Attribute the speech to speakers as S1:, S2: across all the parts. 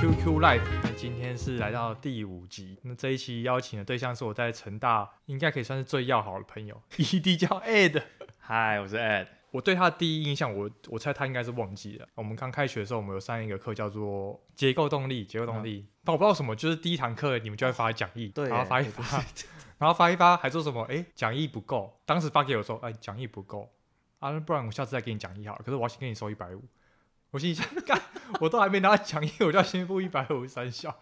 S1: QQ Live，那今天是来到第五集。那这一期邀请的对象是我在成大应该可以算是最要好的朋友，ED 叫 Ed。
S2: 嗨，我是 Ed。
S1: 我对他的第一印象，我我猜他应该是忘记了。我们刚开学的时候，我们有上一个课叫做结构动力，结构动力。但我不知道什么，就是第一堂课你们就会发讲义，
S2: 嗯对
S1: 然后
S2: 耶
S1: 发一发， 然后发一发，还说什么？哎，讲义不够。当时发给我说，哎，讲义不够啊，不然我下次再给你讲义好了。可是我要先给你收一百五。我心里想，干，我都还没拿到讲义，我就要先付一百五三小，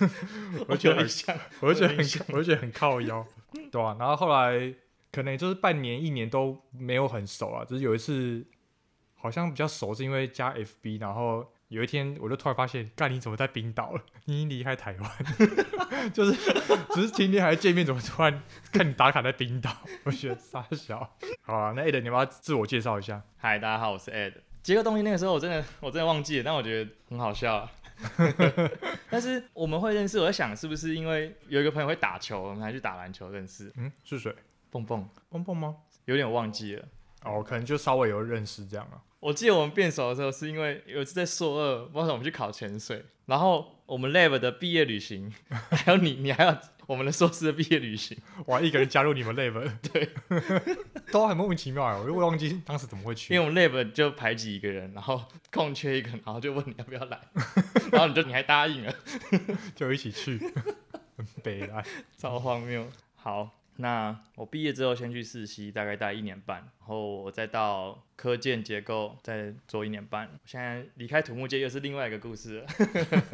S1: 我觉得很
S2: 像，
S1: 我就觉得
S2: 我有
S1: 很
S2: 印象，
S1: 我就觉得很靠腰，对啊，然后后来可能就是半年、一年都没有很熟啊，就是有一次好像比较熟，是因为加 FB，然后有一天我就突然发现，干你怎么在冰岛了？你已经离开台湾， 就是只是今天还见面，怎么突然看你打卡在冰岛？ 我觉得傻小。好啊，那 A 的你要不要自我介绍一下？
S2: 嗨，大家好，我是 Ed。结构动力那个时候我真的我真的忘记了，但我觉得很好笑 啊。但是我们会认识，我在想是不是因为有一个朋友会打球，我们还去打篮球认识。
S1: 嗯，是谁？
S2: 蹦蹦
S1: 蹦蹦吗？
S2: 有点忘记了。
S1: 哦，可能就稍微有认识这样啊。
S2: 我记得我们变熟的时候，是因为有一次在硕二，不知道为什么我们去考潜水，然后我们 lab 的毕业旅行， 还有你，你还有我们的硕士的毕业旅行，
S1: 哇，一个人加入你们 level，
S2: 对，
S1: 都很莫名其妙哎，我又忘记当时怎么会去
S2: 因。为我们 lab 就排挤一个人，然后空缺一个，然后就问你要不要来， 然后你就你还答应了，
S1: 就一起去， 很悲哀。
S2: 超荒谬。好，那我毕业之后先去世袭，大概待一年半，然后我再到科建结构再做一年半。现在离开土木界又是另外一个故事了。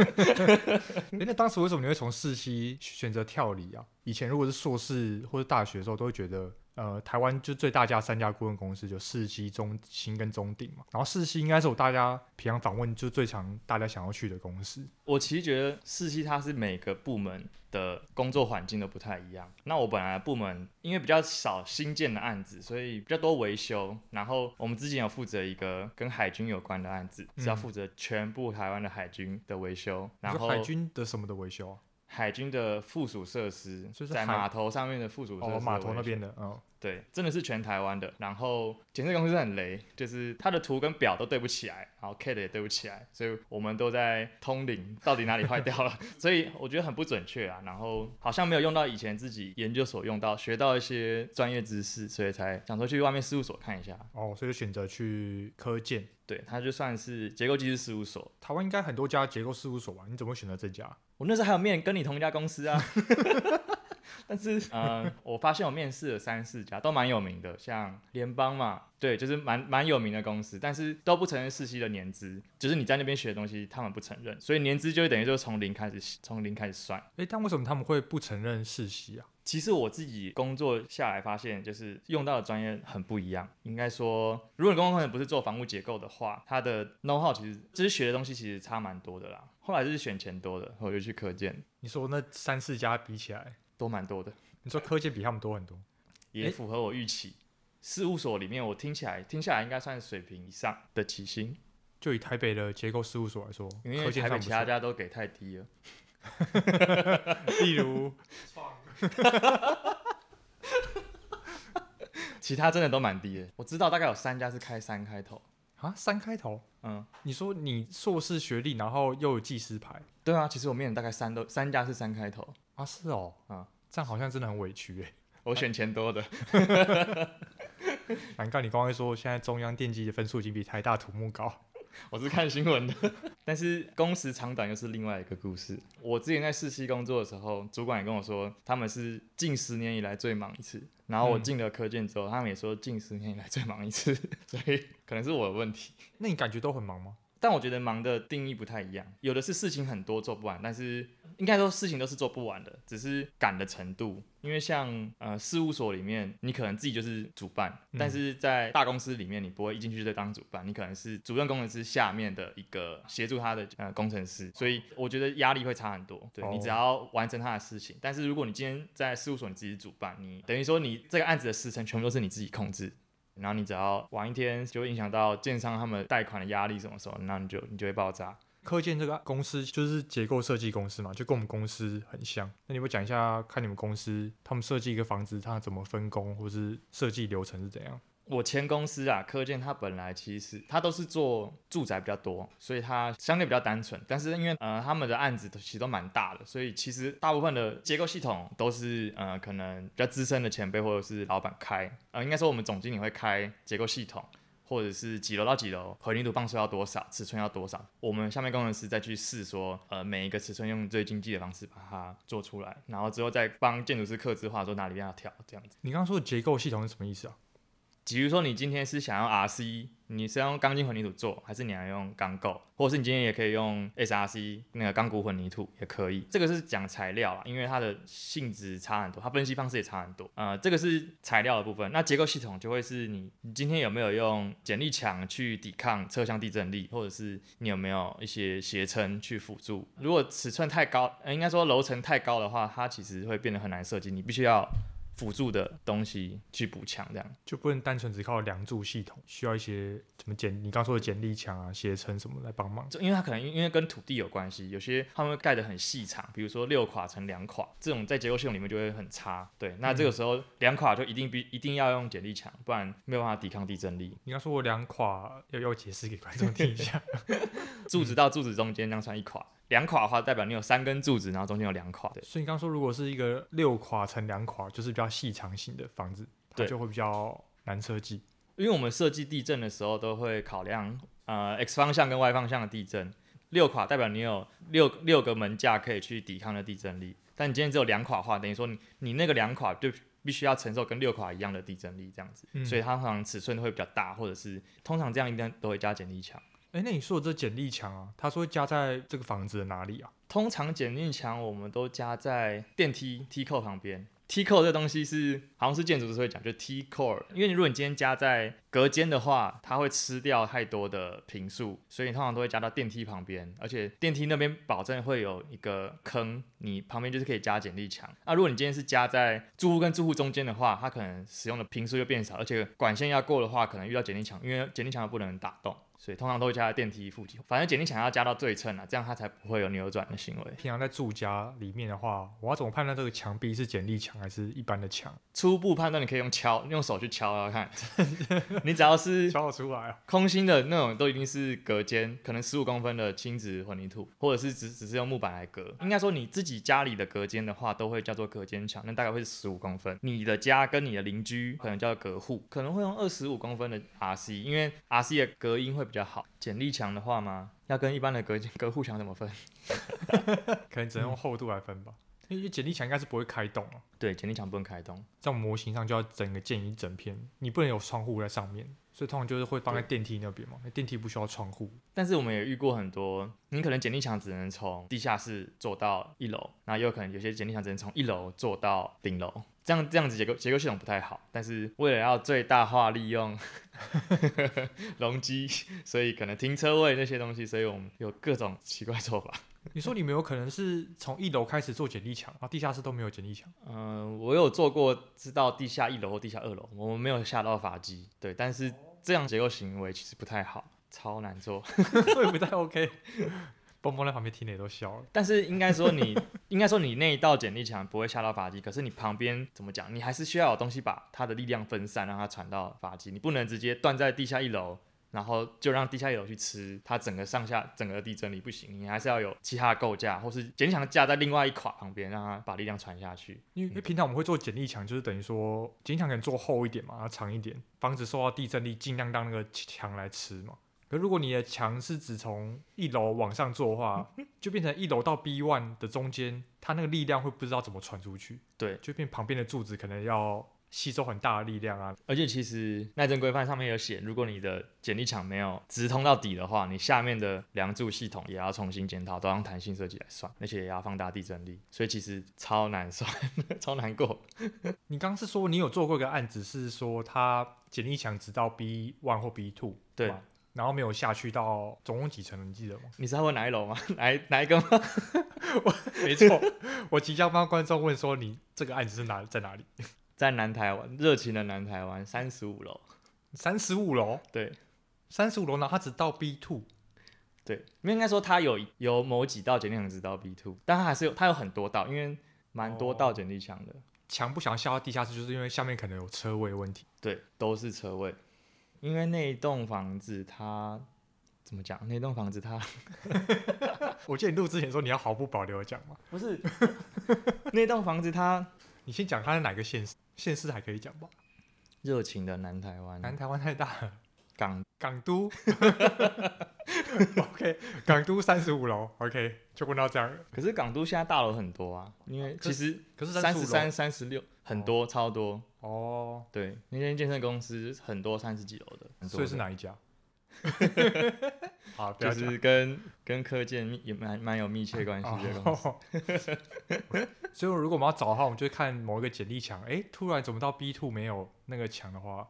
S1: 诶那当时为什么你会从世袭选择跳离啊？以前如果是硕士或者大学的时候，都会觉得，呃，台湾就最大家三家顾问公司，就世袭、中兴跟中鼎嘛。然后世袭应该是我大家平常访问就最常大家想要去的公司。
S2: 我其实觉得世系它是每个部门的工作环境都不太一样。那我本来部门因为比较少新建的案子，所以比较多维修。然后我们之前有负责一个跟海军有关的案子，
S1: 嗯
S2: 是要负责全部台湾的海军的维修，然
S1: 你
S2: 后
S1: 说海军的什么的维修啊？
S2: 海军的附属设施
S1: 就是
S2: 在
S1: 海
S2: 码头上面的附属设施的
S1: 哦，码头那
S2: 维修
S1: 边的，嗯，
S2: 对，真的是全台湾的。然后检测公司很雷，就是它的图跟表都对不起来，然后 CAD 也对不起来，所以我们都在通灵，到底哪里坏掉了？ 所以我觉得很不准确啊。然后好像没有用到以前自己研究所用到学到一些专业知识，所以才想说去外面事务所看一下。
S1: 哦，所以就选择去科建。
S2: 对，它就算是结构技师事务所。
S1: 台湾应该很多家结构事务所吧？你怎么会选择这家？
S2: 我那时候还有面跟你同一家公司啊。 但是，嗯、我发现我面试了三四家，都蛮有名的，像联邦嘛，对，就是蛮蛮有名的公司，但是都不承认实习的年资，就是你在那边学的东西，他们不承认，所以年资就等于就是从零开始，从零开始算。
S1: 诶，但为什么他们会不承认世袭啊？
S2: 其实我自己工作下来发现，就是用到的专业很不一样。应该说，如果你工作可能不是做房屋结构的话，它的 know how 其实就是学的东西其实差蛮多的啦。后来就是选钱多的，我就去科建，
S1: 你说那三四家比起来，
S2: 多蛮多的。
S1: 你说科建比他们多很多？
S2: 也
S1: 诶
S2: 符合我预期。事务所里面，我听起来听下来应该算水平以上的起薪，
S1: 就以台北的结构事务所来说，
S2: 因
S1: 科
S2: 为
S1: 技
S2: 台北
S1: 算
S2: 其
S1: 不
S2: 他
S1: 错，
S2: 家都给太低了。
S1: 例如
S2: 其他真的都蛮低的。我知道大概有三家是开三开头，
S1: 啊三开头，
S2: 嗯，
S1: 你说你硕士学历，然后又有技师牌
S2: 对啊，其实我面的大概三都三家是三开头，
S1: 啊，是哦，
S2: 啊，
S1: 这样好像真的很委屈哎、
S2: 我选钱多的，
S1: 难怪你刚刚说现在中央电机的分数已经比台大土木高，
S2: 我是看新闻的。 但是工时长短又是另外一个故事。我之前在实习工作的时候，主管也跟我说，他们是近十年以来最忙一次。然后我
S1: 嗯
S2: 进了科建之后，他们也说近十年以来最忙一次， 所以可能是我的问题。
S1: 那你感觉都很忙吗？
S2: 但我觉得忙的定义不太一样，有的是事情很多做不完，但是应该说事情都是做不完的，只是赶的程度。因为像呃事务所里面，你可能自己就是主办，
S1: 嗯
S2: 但是在大公司里面，你不会一进去就当主办，你可能是主任工程师下面的一个协助他的呃工程师，所以我觉得压力会差很多。对
S1: 哦
S2: 你只要完成他的事情，但是如果你今天在事务所你自己主办，你等于说你这个案子的时程全部都是你自己控制，然后你只要晚一天，就会影响到建商他们贷款的压力什么时候，那你就你就会爆炸。
S1: 科建这个公司就是结构设计公司嘛，就跟我们公司很像。那你会讲一下，看你们公司他们设计一个房子，它怎么分工，或是设计流程是怎样？
S2: 我前公司啊，科建它本来其实它都是做住宅比较多，所以它相对比较单纯。但是因为呃他们的案子都其实都蛮大的，所以其实大部分的结构系统都是呃可能比较资深的前辈或者是老板开，呃应该说我们总经理会开结构系统。或者是几楼到几楼，混凝土磅数要多少，尺寸要多少，我们下面工程师再去试说，呃，每一个尺寸用最经济的方式把它做出来，然后之后再帮建筑师刻字化，说哪里要调这样子。
S1: 你刚刚说的结构系统是什么意思啊？
S2: 比如说你今天是想要 RC，你是要用钢筋混凝土做，还是你要用钢构，或者是你今天也可以用 SRC 那个钢骨混凝土也可以。这个是讲材料啦，因为它的性质差很多，它分析方式也差很多。呃，这个是材料的部分。那结构系统就会是你你今天有没有用剪力墙去抵抗车厢地震力，或者是你有没有一些斜撑去辅助。如果尺寸太高，呃、应该说楼层太高的话，它其实会变得很难设计，你必须要辅助的东西去补强这样。
S1: 就不能单纯只靠梁柱系统，需要一些什么简你刚说的简力墙啊、斜撑什么来帮忙。
S2: 就因为它可能因因为跟土地有关系，有些他们会盖得很细长，比如说六垮乘两垮，这种在结构系统里面就会很差。对，那这个时候两垮就一定必一定要用剪力墙，不然没有办法抵抗地震力。
S1: 你刚说我两垮，要要解释给观众听一下。
S2: 柱子到柱子中间这样算一垮，两垮的话代表你有三根柱子，然后中间有两垮。对，
S1: 所以你刚说如果是一个六垮乘两垮，就是比较细长型的房子，它
S2: 对
S1: 就会比较难设计。
S2: 因为我们设计地震的时候都会考量呃 x 方向跟 y 方向的地震，六垮代表你有六六个门架可以去抵抗的地震力，但你今天只有两垮的话，等于说你你那个两垮就必须要承受跟六垮一样的地震力这样子，
S1: 嗯
S2: 所以它通常尺寸会比较大，或者是通常这样一般都会加剪力墙。
S1: 哎、那你说的这简力墙啊，它是会加在这个房子的哪里啊？
S2: 通常剪力墙我们都加在电梯梯扣旁边。T 扣这东西是好像是建筑师会讲，就是 T core，因为你如果你今天加在隔间的话，它会吃掉太多的平数，所以你通常都会加到电梯旁边，而且电梯那边保证会有一个坑，你旁边就是可以加剪力墙。啊那、如果你今天是加在住户跟住户中间的话，它可能使用的平数就变少，而且管线要过的话，可能遇到剪力墙，因为剪力墙不能打洞。所以通常都会加在电梯附近，反正剪力墙要加到最称啊，这样它才不会有扭转的行为。
S1: 平常在住家里面的话，我要怎么判断这个墙壁是简力墙还是一般的墙？
S2: 初步判断你可以用敲，用手去敲敲看。 你只要是
S1: 敲得出来啊？
S2: 空心的那种，都一定是隔间，可能十五公分的轻质混凝土，或者是只只是用木板来隔。应该说你自己家里的隔间的话，都会叫做隔间墙，那大概会是十五公分。你的家跟你的邻居可能叫隔户，可能会用二十五公分的 RC，因为 RC 的隔音会比较好。剪力墙的话嘛，要跟一般的隔间隔户墙怎么分？
S1: 可能只能用厚度来分吧，因为简力墙应该是不会开洞啊。
S2: 对，剪力墙不能开洞。
S1: 在我们模型上就要整个建一整片，你不能有窗户在上面，所以通常就是会放在电梯那边嘛。那电梯不需要窗户，
S2: 但是我们也遇过很多，你可能简历墙只能从地下室做到一楼，那也有可能有些简历墙只能从一楼做到顶楼，这样这样子结构结构系统不太好。但是为了要最大化利用 容积，所以可能停车位那些东西，所以我们有各种奇怪做法。
S1: 你说你们有可能是从一楼开始做简历墙，然后地下室都没有简历墙，
S2: 嗯、我有做过，知道地下一楼或地下二楼，我们没有下到法基，对，但是这样结构行为其实不太好，超难做。
S1: 所以不太 OK。蹦蹦在旁边听的也都笑了。
S2: 但是应该说你， 应该说你那一道剪力墙不会下到发基，可是你旁边怎么讲，你还是需要有东西把它的力量分散，让它传到发基，你不能直接断在地下一楼。然后就让地下一楼去吃它整个上下整个地震力不行，你还是要有其他的构架，或是剪力墙架在另外一垮旁边，让它把力量传下去。
S1: 因为因为平常我们会做简历墙，就是等于说简历墙可能做厚一点嘛，然后长一点，防止受到地震力，尽量让那个墙来吃嘛。可如果你的墙是只从一楼往上做的话，就变成一楼到 B one 的中间，它那个力量会不知道怎么传出去，
S2: 对
S1: 就变旁边的柱子可能要吸收很大的力量啊。
S2: 而且其实耐震规范上面有写，如果你的剪力墙没有直通到底的话，你下面的梁柱系统也要重新检讨，都要用弹性设计来算，而且也要放大地震力，所以其实超难算， 超难过。
S1: 你刚刚是说你有做过一个案子，是说它简历墙直到 B one 或 B two，
S2: 对，
S1: 然后没有下去到总共几层，你记得吗？
S2: 你知道会哪一楼吗？ 哪一哪一个吗？
S1: 没错，我即将帮观众问说你这个案子是哪在哪里？
S2: 在南台湾，热情的南台湾三十五楼。
S1: 三十五楼，
S2: 对
S1: 三十五楼，然后它只到 B two，
S2: 对，因为应该说它有有某几道剪力墙直到 B two，但它还是有它有很多道，因为蛮多道剪力墙的。
S1: 强不想下到地下室，就是因为下面可能有车位问题。
S2: 对，都是车位，因为那一栋房子它怎么讲？那栋房子它
S1: 我记得你录之前说你要毫不保留的讲嘛，
S2: 不是 那栋房子它
S1: 你先讲它是哪个县市，县市还可以讲吧？
S2: 热情的南台湾
S1: 南台湾太大了，
S2: 港
S1: 港都 ，OK，港都三十五楼，OK，就问到这样了。
S2: 可是港都现在大楼很多啊，因为
S1: 可
S2: 其实
S1: 可是35
S2: 三十
S1: 楼
S2: 三、三十六很多，超多。
S1: 哦，
S2: 对，那间健身公司很多三十几楼的，很多
S1: 所以是
S2: 的？
S1: 哪一家？ 好，不
S2: 就
S1: 要讲。
S2: 是跟跟科建密也蛮蛮有密切关系的公司。
S1: 哦、所以如果我们要找的话，我们就看某一个简历墙，哎、突然怎么到 B two 没有那个墙的话，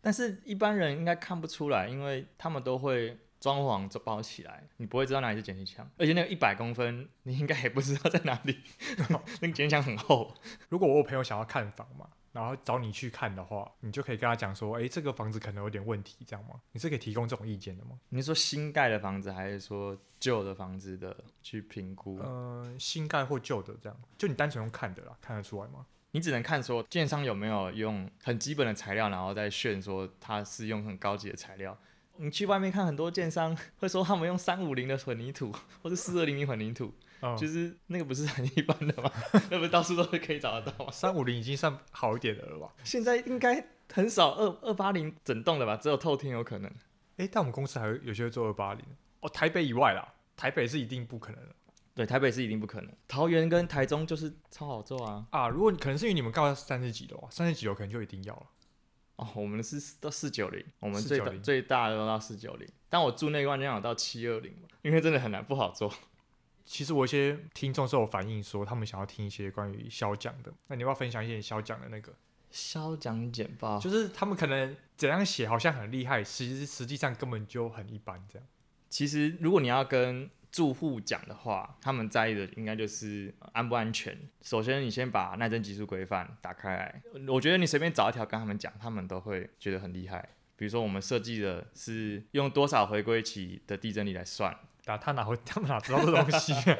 S2: 但是一般人应该看不出来，因为他们都会装潢都包起来，你不会知道哪里是剪力墙，而且那个一百公分，你应该也不知道在哪里。那个剪力墙很厚，
S1: 如果我有朋友想要看房嘛，然后找你去看的话，你就可以跟他讲说，哎、这个房子可能有点问题，这样吗？你是可以提供这种意见的吗？
S2: 你是说新盖的房子还是说旧的房子的去评估？
S1: 嗯、新盖或旧的这样，就你单纯用看的啦，看得出来吗？
S2: 你只能看说建商有没有用很基本的材料，然后再炫说它是用很高级的材料。你去外面看很多建商会说他们用三五零的混凝土 或是四二零零混凝土，
S1: 嗯，
S2: 就是那个不是很一般的吗？ 那不是到处都是可以找得到吗？
S1: 三五零已经算好一点的了吧？
S2: 现在应该很少二二八零整栋的吧，只有透天有可能。
S1: 哎、但我们公司还有有些会做二八零哦，台北以外啦，台北是一定不可能的。
S2: 对，台北是一定不可能。桃园跟台中就是超好做啊。
S1: 啊，如果你可能是因为你们到三十几楼啊，三十几楼可能就一定要了。
S2: 哦，我们是到四九零，我们最大
S1: 490
S2: 最大的都到四九零，但我住那个万间有到七二零嘛，因为真的很难不好做。
S1: 其实我一些听众是有反映说，他们想要听一些关于销奖的。那你要不要分享一些你销奖的那个？
S2: 销奖简报，
S1: 就是他们可能怎样写好像很厉害，其实实际上根本就很一般这样。
S2: 其实如果你要跟住户讲的话，他们在意的应该就是呃安不安全。首先，你先把耐震级数规范打开来，我觉得你随便找一条跟他们讲，他们都会觉得很厉害。比如说，我们设计的是用多少回归期的地震力来算，
S1: 打他哪会， 他们哪知道这东西、啊？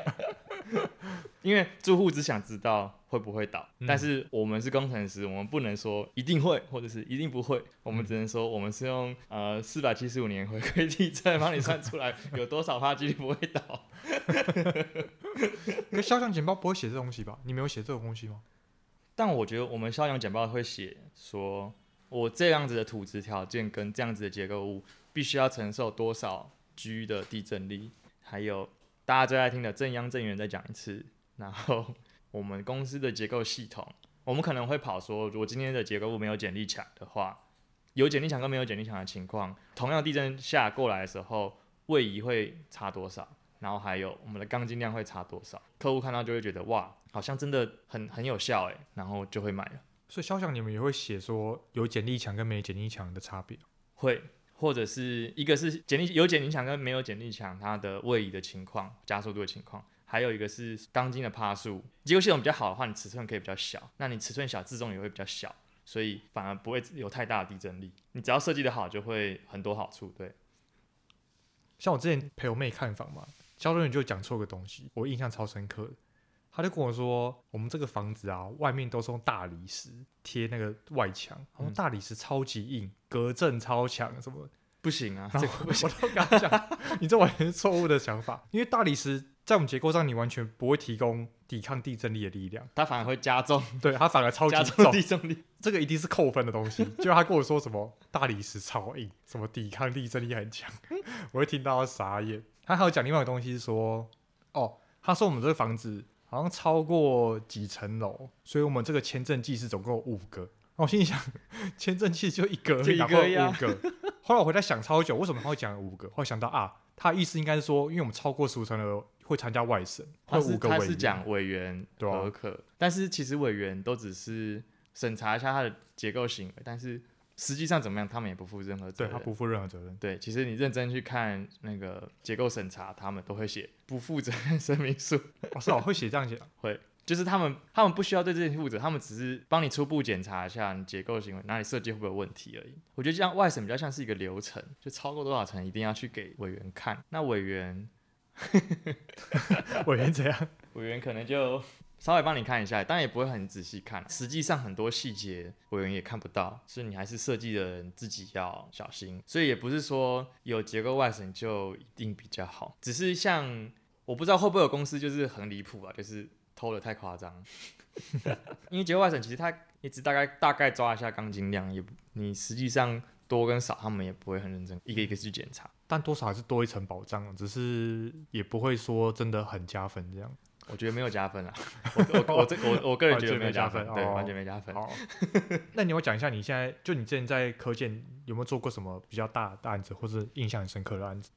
S2: 因为住户只想知道会不会倒，
S1: 嗯
S2: 但是我们是工程师，我们不能说一定会或者是一定不会，我们
S1: 嗯
S2: 只能说我们是用呃四百七十五年回归地震帮你算出来有多少趴几率不会倒。
S1: 可销奖简报不会写这东西吧？你没有写这种东西吗？
S2: 但我觉得我们销量简报会写说，我这样子的土质条件跟这样子的结构物必须要承受多少 G 的地震力，还有大家最爱听的正央正源再讲一次，然后我们公司的结构系统，我们可能会跑说，如果今天的结构物没有剪力墙的话，有剪力墙跟没有剪力墙的情况，同样地震下过来的时候，位移会差多少？然后还有我们的钢筋量会差多少？客户看到就会觉得哇，好像真的很很有效诶，然后就会买了。
S1: 所以销奖你们也会写说有简历墙跟没简历墙的差别。
S2: 会，或者是一个是剪力有剪力墙跟没有剪力墙它的位移的情况、加速度的情况，还有一个是钢筋的帕数。结构系统比较好的话，你尺寸可以比较小，那你尺寸小，自重也会比较小，所以反而不会有太大的地震力。你只要设计的好，就会很多好处。对，
S1: 像我之前陪我妹看房嘛，销售人员就讲错个东西，我印象超深刻的。他就跟我说，我们这个房子啊，外面都是用大理石贴那个外墙，他说
S2: 嗯
S1: 大理石超级硬，隔震超强什么的。
S2: 不行啊，
S1: 然
S2: 这
S1: 后
S2: 个
S1: 我都跟他讲， 你这完全是错误的想法，因为大理石在我们结构上，你完全不会提供抵抗地震力的力量，
S2: 它反而会加重
S1: 对它反而超级
S2: 加重
S1: 重，
S2: 地震力。
S1: 这个一定是扣分的东西。 就他跟我说什么大理石超硬，什么抵抗力真的很强， 我会听到他傻眼。他还有讲另外一个东西是说，哦，他说我们这个房子好像超过几层楼，所以我们这个签证技师总共有五个。然后我心里想， 签证技师就一个而已，
S2: 就一个
S1: 哪会有
S2: 呀
S1: 五个？后来我回家想超久，为什么他会讲五个？后来想到啊，他意思应该是说，因为我们超过十五层楼会参加外省，会
S2: 他
S1: 有五
S2: 是
S1: 个
S2: 他
S1: 违
S2: 是
S1: 约
S2: 讲委员
S1: 对啊
S2: 合可，但是其实委员都只是审查一下它的结构行为，但是实际上怎么样，他们也不负任何责
S1: 对
S2: 任。
S1: 他不负任何责任。
S2: 对其实你认真去看那个结构审查，他们都会写不负责任声明书，
S1: 哦，是哦，会写这样 写，
S2: 就是他们他们不需要对这些负责，他们只是帮你初步检查一下你结构行为哪里设计会不会有问题而已。我觉得这样外审比较像是一个流程，就超过多少层一定要去给委员看，那委员
S1: 委员怎样？
S2: 委员可能就 稍微帮你看一下，当然也不会很仔细看。啊实际上很多细节委员也看不到，所以你还是设计的人自己要小心。所以也不是说有结构外审就一定比较好，只是像我不知道会不会有公司就是很离谱啊，就是偷的太 夸张。因为结构外审其实它也只大概大概抓一下钢筋量，也不你实际上多跟少他们也不会很认真一个一个去检查。
S1: 但多少还是多一层保障，只是也不会说真的很加分这样。
S2: 我觉得没有加分啊，我我我这我我个人觉得没有加分，
S1: 完全没加分
S2: 对，
S1: 哦
S2: 完全没加分。
S1: 好， 那你要讲一下你现在就你之前在科建有没有做过什么比较大的案子，或是印象很深刻的案子？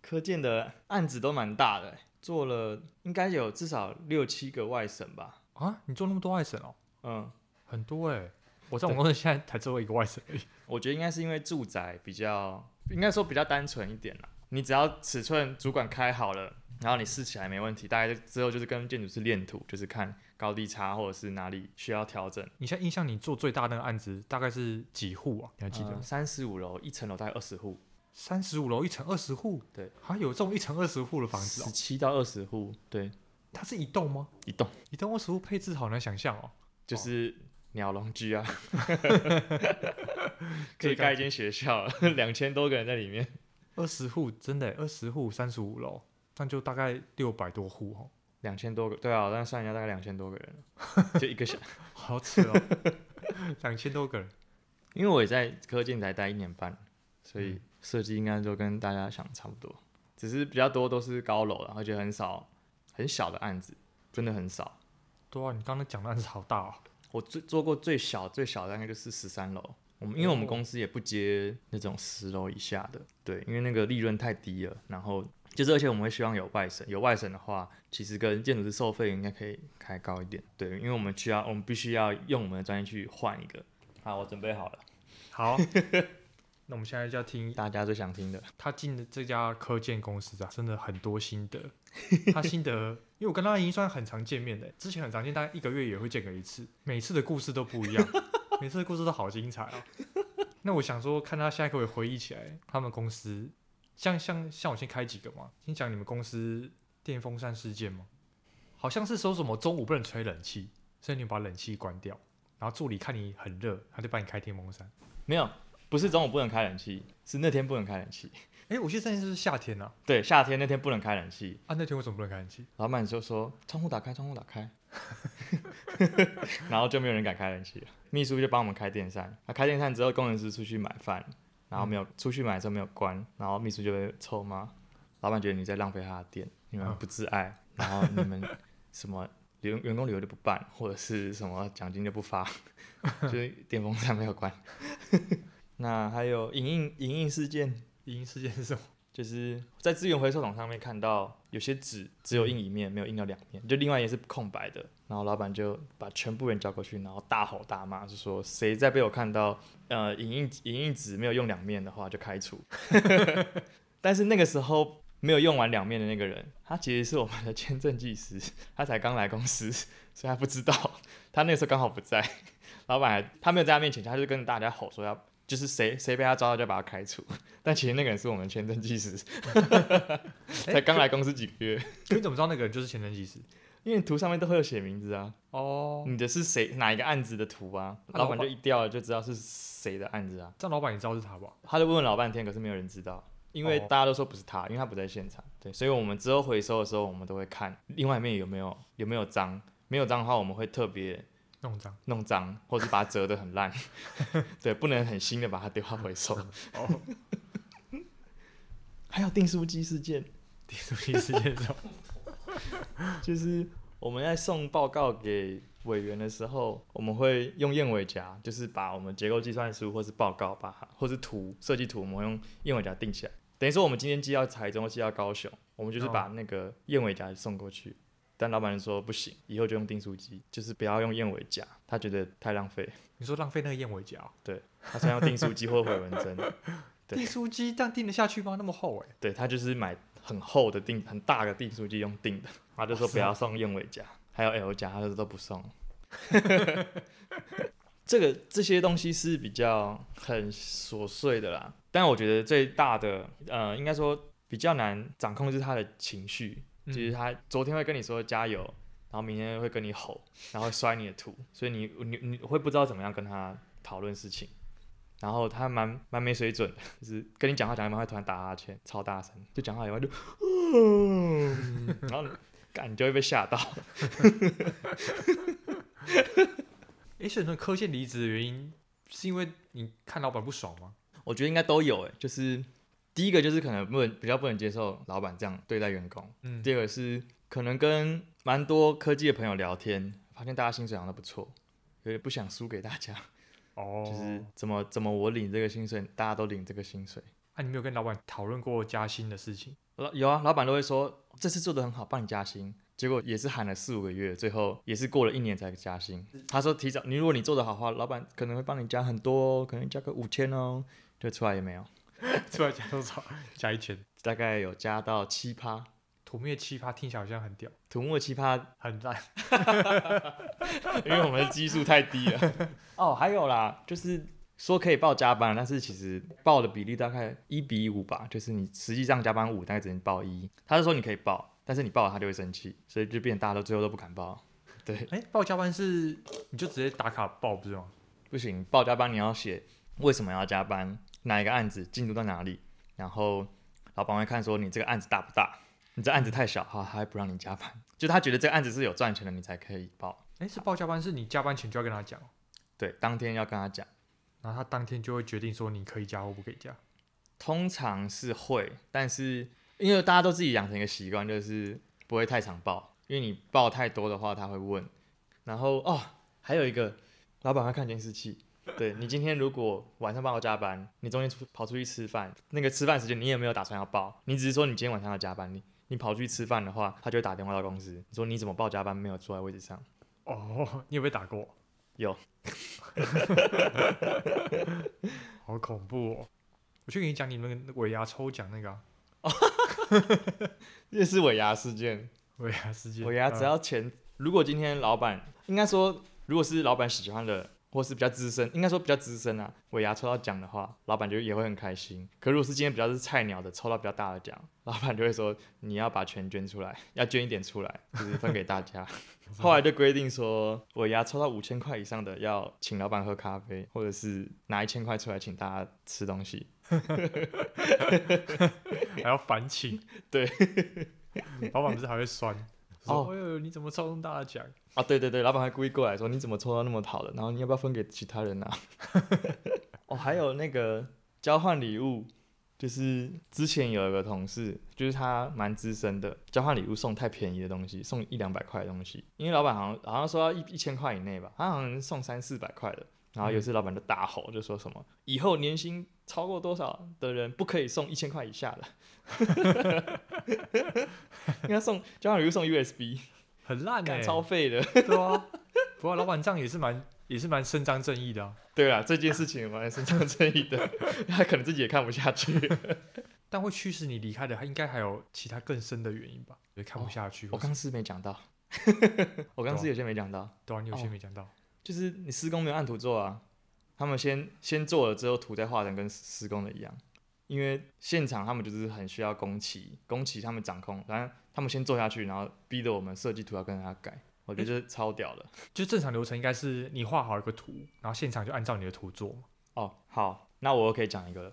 S2: 科建的案子都蛮大的欸、做了应该有至少六七个外省吧。
S1: 啊，你做那么多外省哦，
S2: 嗯，
S1: 很多哎、我在我们公司现在才做一个外省而已。
S2: 我觉得应该是因为住宅比较，应该说比较单纯一点啦。你只要尺寸主管开好了，然后你试起来没问题，大概就之后就是跟建筑师练图，就是看高低差或者是哪里需要调整。
S1: 你现在印象你做最大那个案子大概是几户啊？你还记得吗？
S2: 三十五楼一层楼大概二十户，
S1: 三十五楼一层二十户，
S2: 对，
S1: 还有这种一层二十户的房子
S2: 十
S1: 哦。
S2: 七到二十户，对，
S1: 它是一栋吗？
S2: 一栋。
S1: 一栋二十户配置好难想象哦。
S2: 就是鸟笼 居啊， 可
S1: 这
S2: 以
S1: 个
S2: 盖一间学校了， 两千多个人在里面。
S1: 二十户真的二十户三十五楼，但就大概六百多户哦，
S2: 两千多个，对啊，但算一下大概两千多个人了，就一个小。
S1: 好扯哦，两千多个人。
S2: 因为我也在科建才待一年半，所以设计应该就跟大家想的差不多，只是比较多都是高楼了，而且很少很小的案子，真的很少。
S1: 对啊，你刚刚讲的案子好大哦。
S2: 我最做过最小最小的大概就是十三楼，我们因为我们公司也不接那种十楼以下的，对，因为那个利润太低了。然后就是而且我们会希望有外省，有外省的话，其实跟建筑师收费应该可以开高一点，对，因为我们需要我们必须要用我们的专业去换一个。好，我准备好了，
S1: 好，那我们现在就要听
S2: 大家最想听的，
S1: 他进的这家科建公司啊，真的很多心得。他心得，因为我跟他已经算很常见面的，之前很常见，大概一个月也会见个一次，每次的故事都不一样，每次的故事都好精彩哦。那我想说，看他现在给我回忆起来，他们公司，像像像我先开几个嘛，先讲你们公司电风扇事件吗？好像是说什么中午不能吹冷气，所以你把冷气关掉，然后助理看你很热，他就帮你开电风扇。
S2: 没有，不是中午不能开冷气，是那天不能开冷气。
S1: 哎，我记得这件事是夏天啊，
S2: 对，夏天那天不能开冷气，
S1: 啊那天为什么不能开冷气？
S2: 老板就说窗户打开，窗户打开， 然后就没有人敢开冷气了。秘书就帮我们开电扇，那、开电扇之后，工程师出去买饭，然后没有、出去买的时候没有关，然后秘书就被臭骂，老板觉得你在浪费他的电，你们
S1: 嗯
S2: 不自爱，然后你们什么员员工旅游就不办，或者是什么奖金就不发，就是电风扇没有关。 那还有影印影印事件，
S1: 影音事件是什么？
S2: 就是在资源回收桶上面看到有些纸只有印一面，没有印到两面，就另外一页是空白的。然后老板就把全部人叫过去，然后大吼大骂，就说谁再被我看到呃影印影印纸没有用两面的话就开除。 但是那个时候没有用完两面的那个人，他其实是我们的签证技师，他才刚来公司，所以他不知道，他那个时候刚好不在。 老板还他没有在他面前，他就跟大家吼说要就是谁谁被他抓到就把他开除。但其实那个人是我们签证技 师，才刚来公司几个月，
S1: 可你怎么知道那个人就是前任技师？
S2: 哎因为图上面都会有写名字啊，
S1: 哦，
S2: 你的是谁哪一个案子的图啊，
S1: 啊
S2: 老板
S1: 老板
S2: 就一调了就知道是谁的案子啊，
S1: 这样老板也知道是他吧？
S2: 他就问老半天，可是没有人知道。因为
S1: 哦
S2: 大家都说不是他，因为他不在现场，对，所以我们之后回收的时候，我们都会看另外一面有没有有没有脏，没有脏的话，我们会特别
S1: 弄脏。
S2: 弄脏，或是把它折得很 烂，对，不能很新的把它丢到回收。
S1: 哦，
S2: 还有订书机事件，
S1: 订书机事 件是吧？
S2: 就是我们在送报告给委员的时候，我们会用燕尾夹，就是把我们结构计算书或是报告把它或是图设计图，我们用燕尾夹定起来。等于说我们今天寄到台中，寄到高雄，我们就是
S1: 哦
S2: 把那个燕尾夹送过去。但老板就说不行，以后就用订书机，就是不要用燕尾夹，他觉得太浪费，
S1: 你说浪费那个燕尾夹哦、
S2: 他想要订书机或回纹针。对
S1: 订书机这样订得下去吗？那么厚哎、
S2: 对他就是买很厚的订很大的订书机用订的，他就说不要送燕尾夹，还有 L 夹，他就都不送。 这个这些东西是比较很琐碎的啦，但我觉得最大的呃，应该说比较难掌控就是他的情绪，就是
S1: 嗯
S2: 他昨天会跟你说加油，然然后明天会跟你吼，然后摔你的图，所以你你你会不知道怎么样跟他讨论事情。然后他蛮蛮没水准的，就是跟你讲话讲一半会突然打哈欠，超大声，就讲话一半就，嗯然后你干你就会被吓到。
S1: 诶，所以说科线离职的原因是因为你看老板不爽吗？
S2: 我觉得应该都有诶，欸就是第一个就是可能不能比较不能接受老板这样对待员工，
S1: 嗯
S2: 第二个是可能跟蛮多科技的朋友聊天，发现大家薪水好像都不错，有点不想输给大家，
S1: 哦，
S2: 就是怎么怎么我领这个薪水，大家都领这个薪水。
S1: 啊，你没有跟老板讨论过加薪的事 情？
S2: 老有啊，老板都会说这次做的很好，帮你加薪。结果也是喊了四五个月，最后也是过了一年才加薪。他说提早，你如果你做的好的话，老板可能会帮你加很多、哦，可能加个五千哦，就出来也没有，
S1: 出来加多少？ 加一千。
S2: 大概有加到七趴，
S1: 土木业奇葩听起来好像很屌，
S2: 土木的奇葩，
S1: 很烂。
S2: 因为我们的基数太低了。 哦，还有啦，就是说可以报加班，但是其实报的比例大概一比五吧，就是你实际上加班五，大概只能报一。他是说你可以报，但是你报了他就会生气，所以就变成大家都最后都不敢报。对，
S1: 诶，报加班是你就直接打卡报不是吗？
S2: 不行，报加班你要写为什么要加班，哪一个案子进度到哪里，然后老板会看说你这个案子大不大，你这案子太小，哈，他还不让你加班，就他觉得这个案子是有赚钱的，你才可以报。
S1: 诶，是报加班是你加班前就要跟他讲，
S2: 对，当天要跟他讲。
S1: 然后他当天就会决定说你可以加或不可以加。
S2: 通常是会，但是因为大家都自己养成一个习惯，就是不会太常报，因为你报太多的话，他会问。然后哦，还有一个，老板会看监视器。对你今天如果晚上报加班，你中间出跑出去吃饭，那个吃饭时间你也没有打算要报，你只是说你今天晚上要加班，你你跑出去吃饭的话，他就会打电话到公司，你说你怎么报加班没有坐在位置上？
S1: 哦，你有被打过？
S2: 有，
S1: 好恐怖哦！我去给你讲你们尾牙抽奖那个啊
S2: 这是尾牙事件。
S1: 尾牙事件，啊
S2: 尾牙只要钱，如果今天老板应该说，如果是老板喜欢的，或是比较资深，应该说比较资深啊，尾牙抽到奖的话，老板就也会很开心。可如果是今天比较是菜鸟的，抽到比较大的奖，老板就会说你要把钱捐出来，要捐一点出来，就是分给大家。后来就规定说，尾牙抽到五千块以上的，要请老板喝咖啡，或者是拿一千块出来请大家吃东西。
S1: 还要反请，
S2: 对，
S1: 老板不是还会 酸？哦，
S2: 哦
S1: 哎呦，你怎么抽中大奖？
S2: 啊，对对对，老板还故意过来说你怎么抽到那么好的，然后你要不要分给其他人啊？ 哦，还有那个交换礼物，就是之前有一个同事，就是他蛮资深的，交换礼物送太便宜的东西，送一两百块的东西，因为老板好像好像说要一一千块以内吧，他好像送三四百块的。然后有一次老板就大吼，就说什么以后年薪超过多少的人不可以送一千块以下的， 应该送交换礼物送 USB，
S1: 很烂哎、
S2: 干超废的。
S1: 对啊。不过老板这样也是蛮也是蛮伸张正义的、啊，
S2: 对啦，这件事情蛮伸张正义的， 他可能自己也看不下去。
S1: 但会驱使你离开的，应该还有其他更深的原因吧？也看不下去，
S2: 哦我
S1: 或是
S2: 刚是没讲 到，我刚是有些没讲到，
S1: 对啊，你有些
S2: 哦
S1: 没讲到，
S2: 就是你施工没有按图做啊，他们先先做了之后，图再画成跟施工的一样，因为现场他们就是很需要工期，工期他们掌控，然后他们先做下去，然后逼得我们设计图要跟他改，我觉得这超屌 的。
S1: 就正常流程应该是你画好一个图，然后现场就按照你的图做嘛，
S2: 哦，好，那我又可以讲一个了，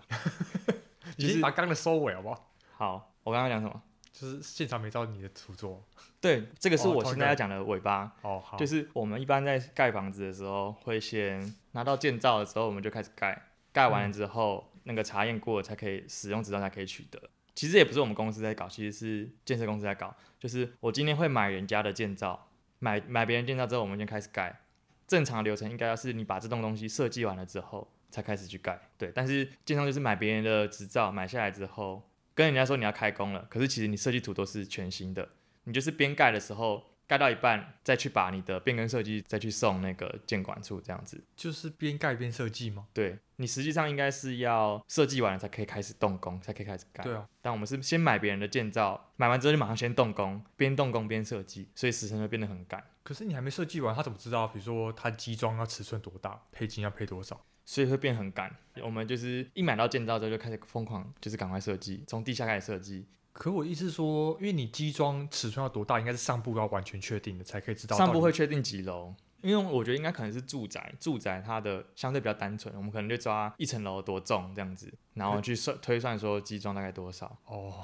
S1: 你先把刚刚的收尾好不好？
S2: 好，我刚刚讲什么？
S1: 就是现场没照你的图做。
S2: 对，这个是
S1: 哦
S2: 我
S1: 同一
S2: 现
S1: 个
S2: 在要讲的尾巴。
S1: 哦，好，
S2: 就是我们一般在盖房子的时候，会先拿到建造的时候，我们就开始盖，盖完了之后，那个查验过了才可以使用执照才可以取得。其实也不是我们公司在搞，其实是建设公司在搞。就是我今天会买人家的建造，买买别人建造之后，我们先开始盖。正常的流程应该要是你把这栋东西设计完了之后才开始去盖，对。但是建商就是买别人的执照，买下来之后跟人家说你要开工了，可是其实你设计图都是全新的，你就是边盖的时候盖到一半，再去把你的变更设计再去送那个建管处这样子。
S1: 就是边盖边设计吗？
S2: 对你实际上应该是要设计完了才可以开始动工，才可以开始盖。
S1: 对啊，
S2: 但我们是先买别人的建造，买完之后就马上先动工，边动工边设计，所以时程就变得很赶。
S1: 可是你还没设计完，他怎么知道？比如说他机装要尺寸多大，配筋要配多少？
S2: 所以会变很赶。我们就是一买到建造之后就开始疯狂，就是赶快设计，从地下开始设计，
S1: 可我意思说，因为你机装尺寸要多大，应该是上部要完全确定的才可以知道。
S2: 上部会，确定几楼，因为我觉得应该可能是住宅，住宅它的相对比较单纯，我们可能就抓一层楼多重这样子，然后去算推算说基桩大概多少。
S1: 哦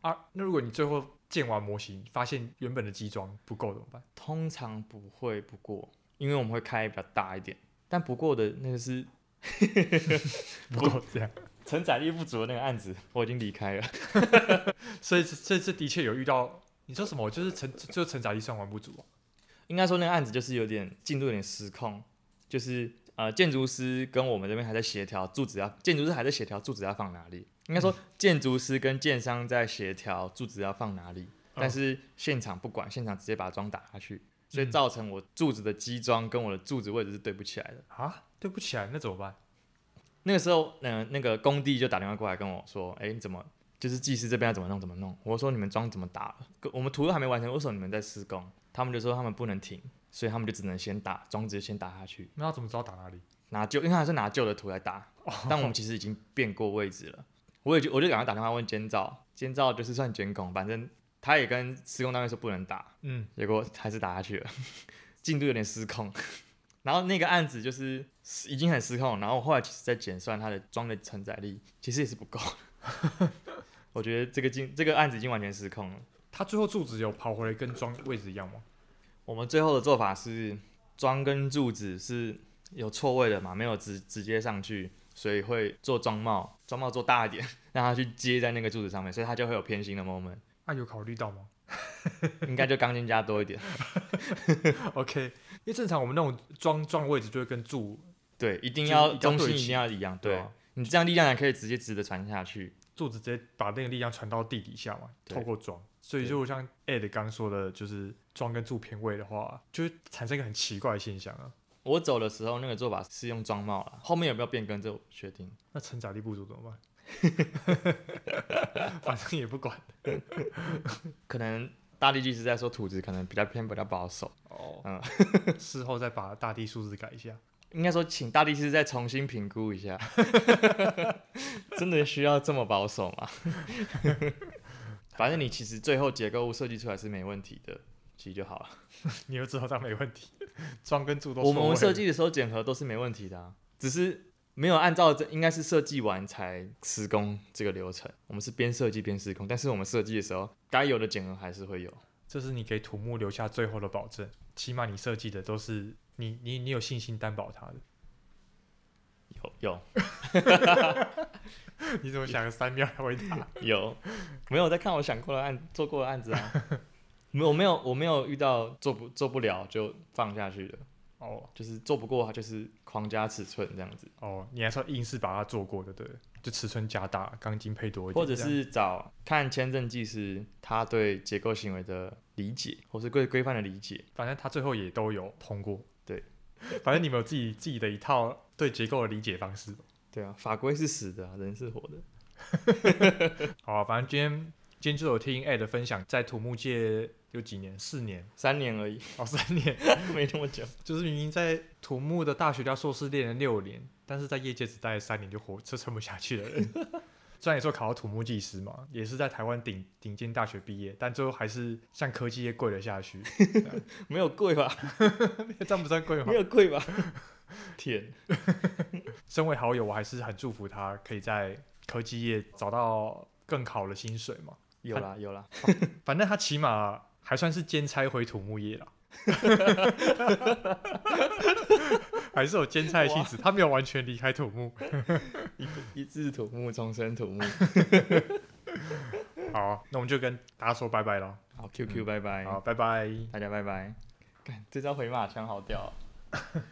S1: 啊，那如果你最后建完模型，发现原本的机装不够怎么办？
S2: 通常不会不过，因为我们会开比较大一点，但不过的那个是
S1: 不够这样，
S2: 承载力不足的那个案子，我已经离开了。
S1: 所以这这的确有遇到。你说什么？就是承就承载力上完不足、啊，
S2: 应该说那个案子就是有点进度有点失控，就是呃建筑师跟我们这边还在协调柱子要，建筑师还在协调柱子要放哪里。应该说建筑师跟建商在协调柱子要放哪里，但是现场不管，现场直接把桩打下去，所以造成我柱子的基桩跟我的柱子位置是对不起来的。
S1: 啊，对不起啊，那怎么办？
S2: 那个时候，嗯、那个工地就打电话过来跟我说，哎、你怎么就是技师这边要怎么弄怎么弄？我说你们桩怎么打了？我们图都还没完成，为什么你们在施工？他们就说他们不能停，所以他们就只能先打桩，直接先打下去，
S1: 那要怎么知道打哪里？
S2: 拿旧，因为他是拿旧的图来打，哦 但我们其实已经变过位置了。我也就我就赶快打电话问监造，监造就是算监工，反正他也跟施工单位说不能打，
S1: 嗯，
S2: 结果还是打下去了， 进度有点失控。 然后那个案子就是已经很失控，然后我后来其实在检算它的装的承载力，其实也是不够。 我觉得这个进这个案子已经完全失控了。
S1: 他最后柱子有跑回来跟装位置一样吗？
S2: 我们最后的做法是桩跟柱子是有错位的嘛，没有直直接上去，所以会做桩帽，桩帽做大一点， 让它去接在那个柱子上面，所以它就会有偏心的 moment，
S1: 啊，有考虑到吗
S2: 应该就钢筋加多一点。
S1: ？OK，因为正常我们那种装装位置就会跟柱
S2: 对，一
S1: 就
S2: 定
S1: 是
S2: 要
S1: 要
S2: 中
S1: 对
S2: 心一
S1: 齐
S2: 定要一样，
S1: 对
S2: 对
S1: 啊
S2: 你这样力量才可以直接直的传下去。
S1: 柱子直接把那个力量传到地底下嘛，
S2: 对
S1: 透过桩。所以
S2: 对
S1: 就像 Ed 刚说的，就是桩跟柱偏位的话，就会产生一个很奇怪的现象啊。
S2: 我走的时候那个做法是用装帽了，后面有没有变更这我不确定。
S1: 那承载力不足怎么 办？反正也不管
S2: 可能大地技师在说土质可能比较偏比较保守，
S1: 哦事后再把大地数字改一下。
S2: 应该说请大地技师再重新评估一下， 真的需要这么保守吗？ 反正你其实最后结构物设计出来是没问题的，其实就好了。
S1: 你就知道这样没问题。桩跟柱都
S2: 我们
S1: 错
S2: 我
S1: 位
S2: 们设计的时候检核都是没问题的、啊，只是没有按照这应该是设计完才施工这个流程。我们是边设计边施工，但是我们设计的时候该有的检核还是会有。
S1: 这是你给土木留下最后的保证，起码你设计的都是你你你有信心担保它的。
S2: 有有
S1: 你怎么想个三秒来回 答？
S2: 有，没有在看我想过的案做过的案子啊？ 没有我没有我没有遇到做不做不了就放下去的，
S1: 哦
S2: 就是做不过它就是框架尺寸这样子，
S1: 哦，你还说硬是把它做过的，对了，就尺寸加大，钢筋配多一点，
S2: 或者
S1: 这样
S2: 是找看签证技师他对结构行为的理解，或是对规范的理解。
S1: 反正他最后也都有通过。
S2: 对，
S1: 反正你们有自己自己的一套对结构的理解方式。
S2: 对啊，法规是死的、啊，人是活的。
S1: 好、啊，反正今天今天就有听 Ed 分享，在土木界有几年，四年
S2: 三年而已，
S1: 哦，三年，
S2: 没那么久。
S1: 就是明明在土木的大学加硕士练了六年，但是在业界只待了三年就活就撑不下去的人。 虽然也说考到土木技师嘛，也是在台湾顶顶尖大学毕业，但最后还是向科技业跪了下去，
S2: 没有贵吧？
S1: 这样不算跪吗
S2: 没？有贵吧？天，
S1: 身为好友，我还是很祝福他可以在科技业找到更好的薪水嘛。
S2: 有啦有啦，
S1: 反正他起码还算是兼差回土木业啦， 还是有兼差的性质，他没有完全离开土木。
S2: 一一日土木，终身土木。
S1: 好，那我们就跟大家说拜拜了。
S2: 好，QQ，拜拜，
S1: 好，拜拜。
S2: 大家拜拜。看这招回马枪好屌哦、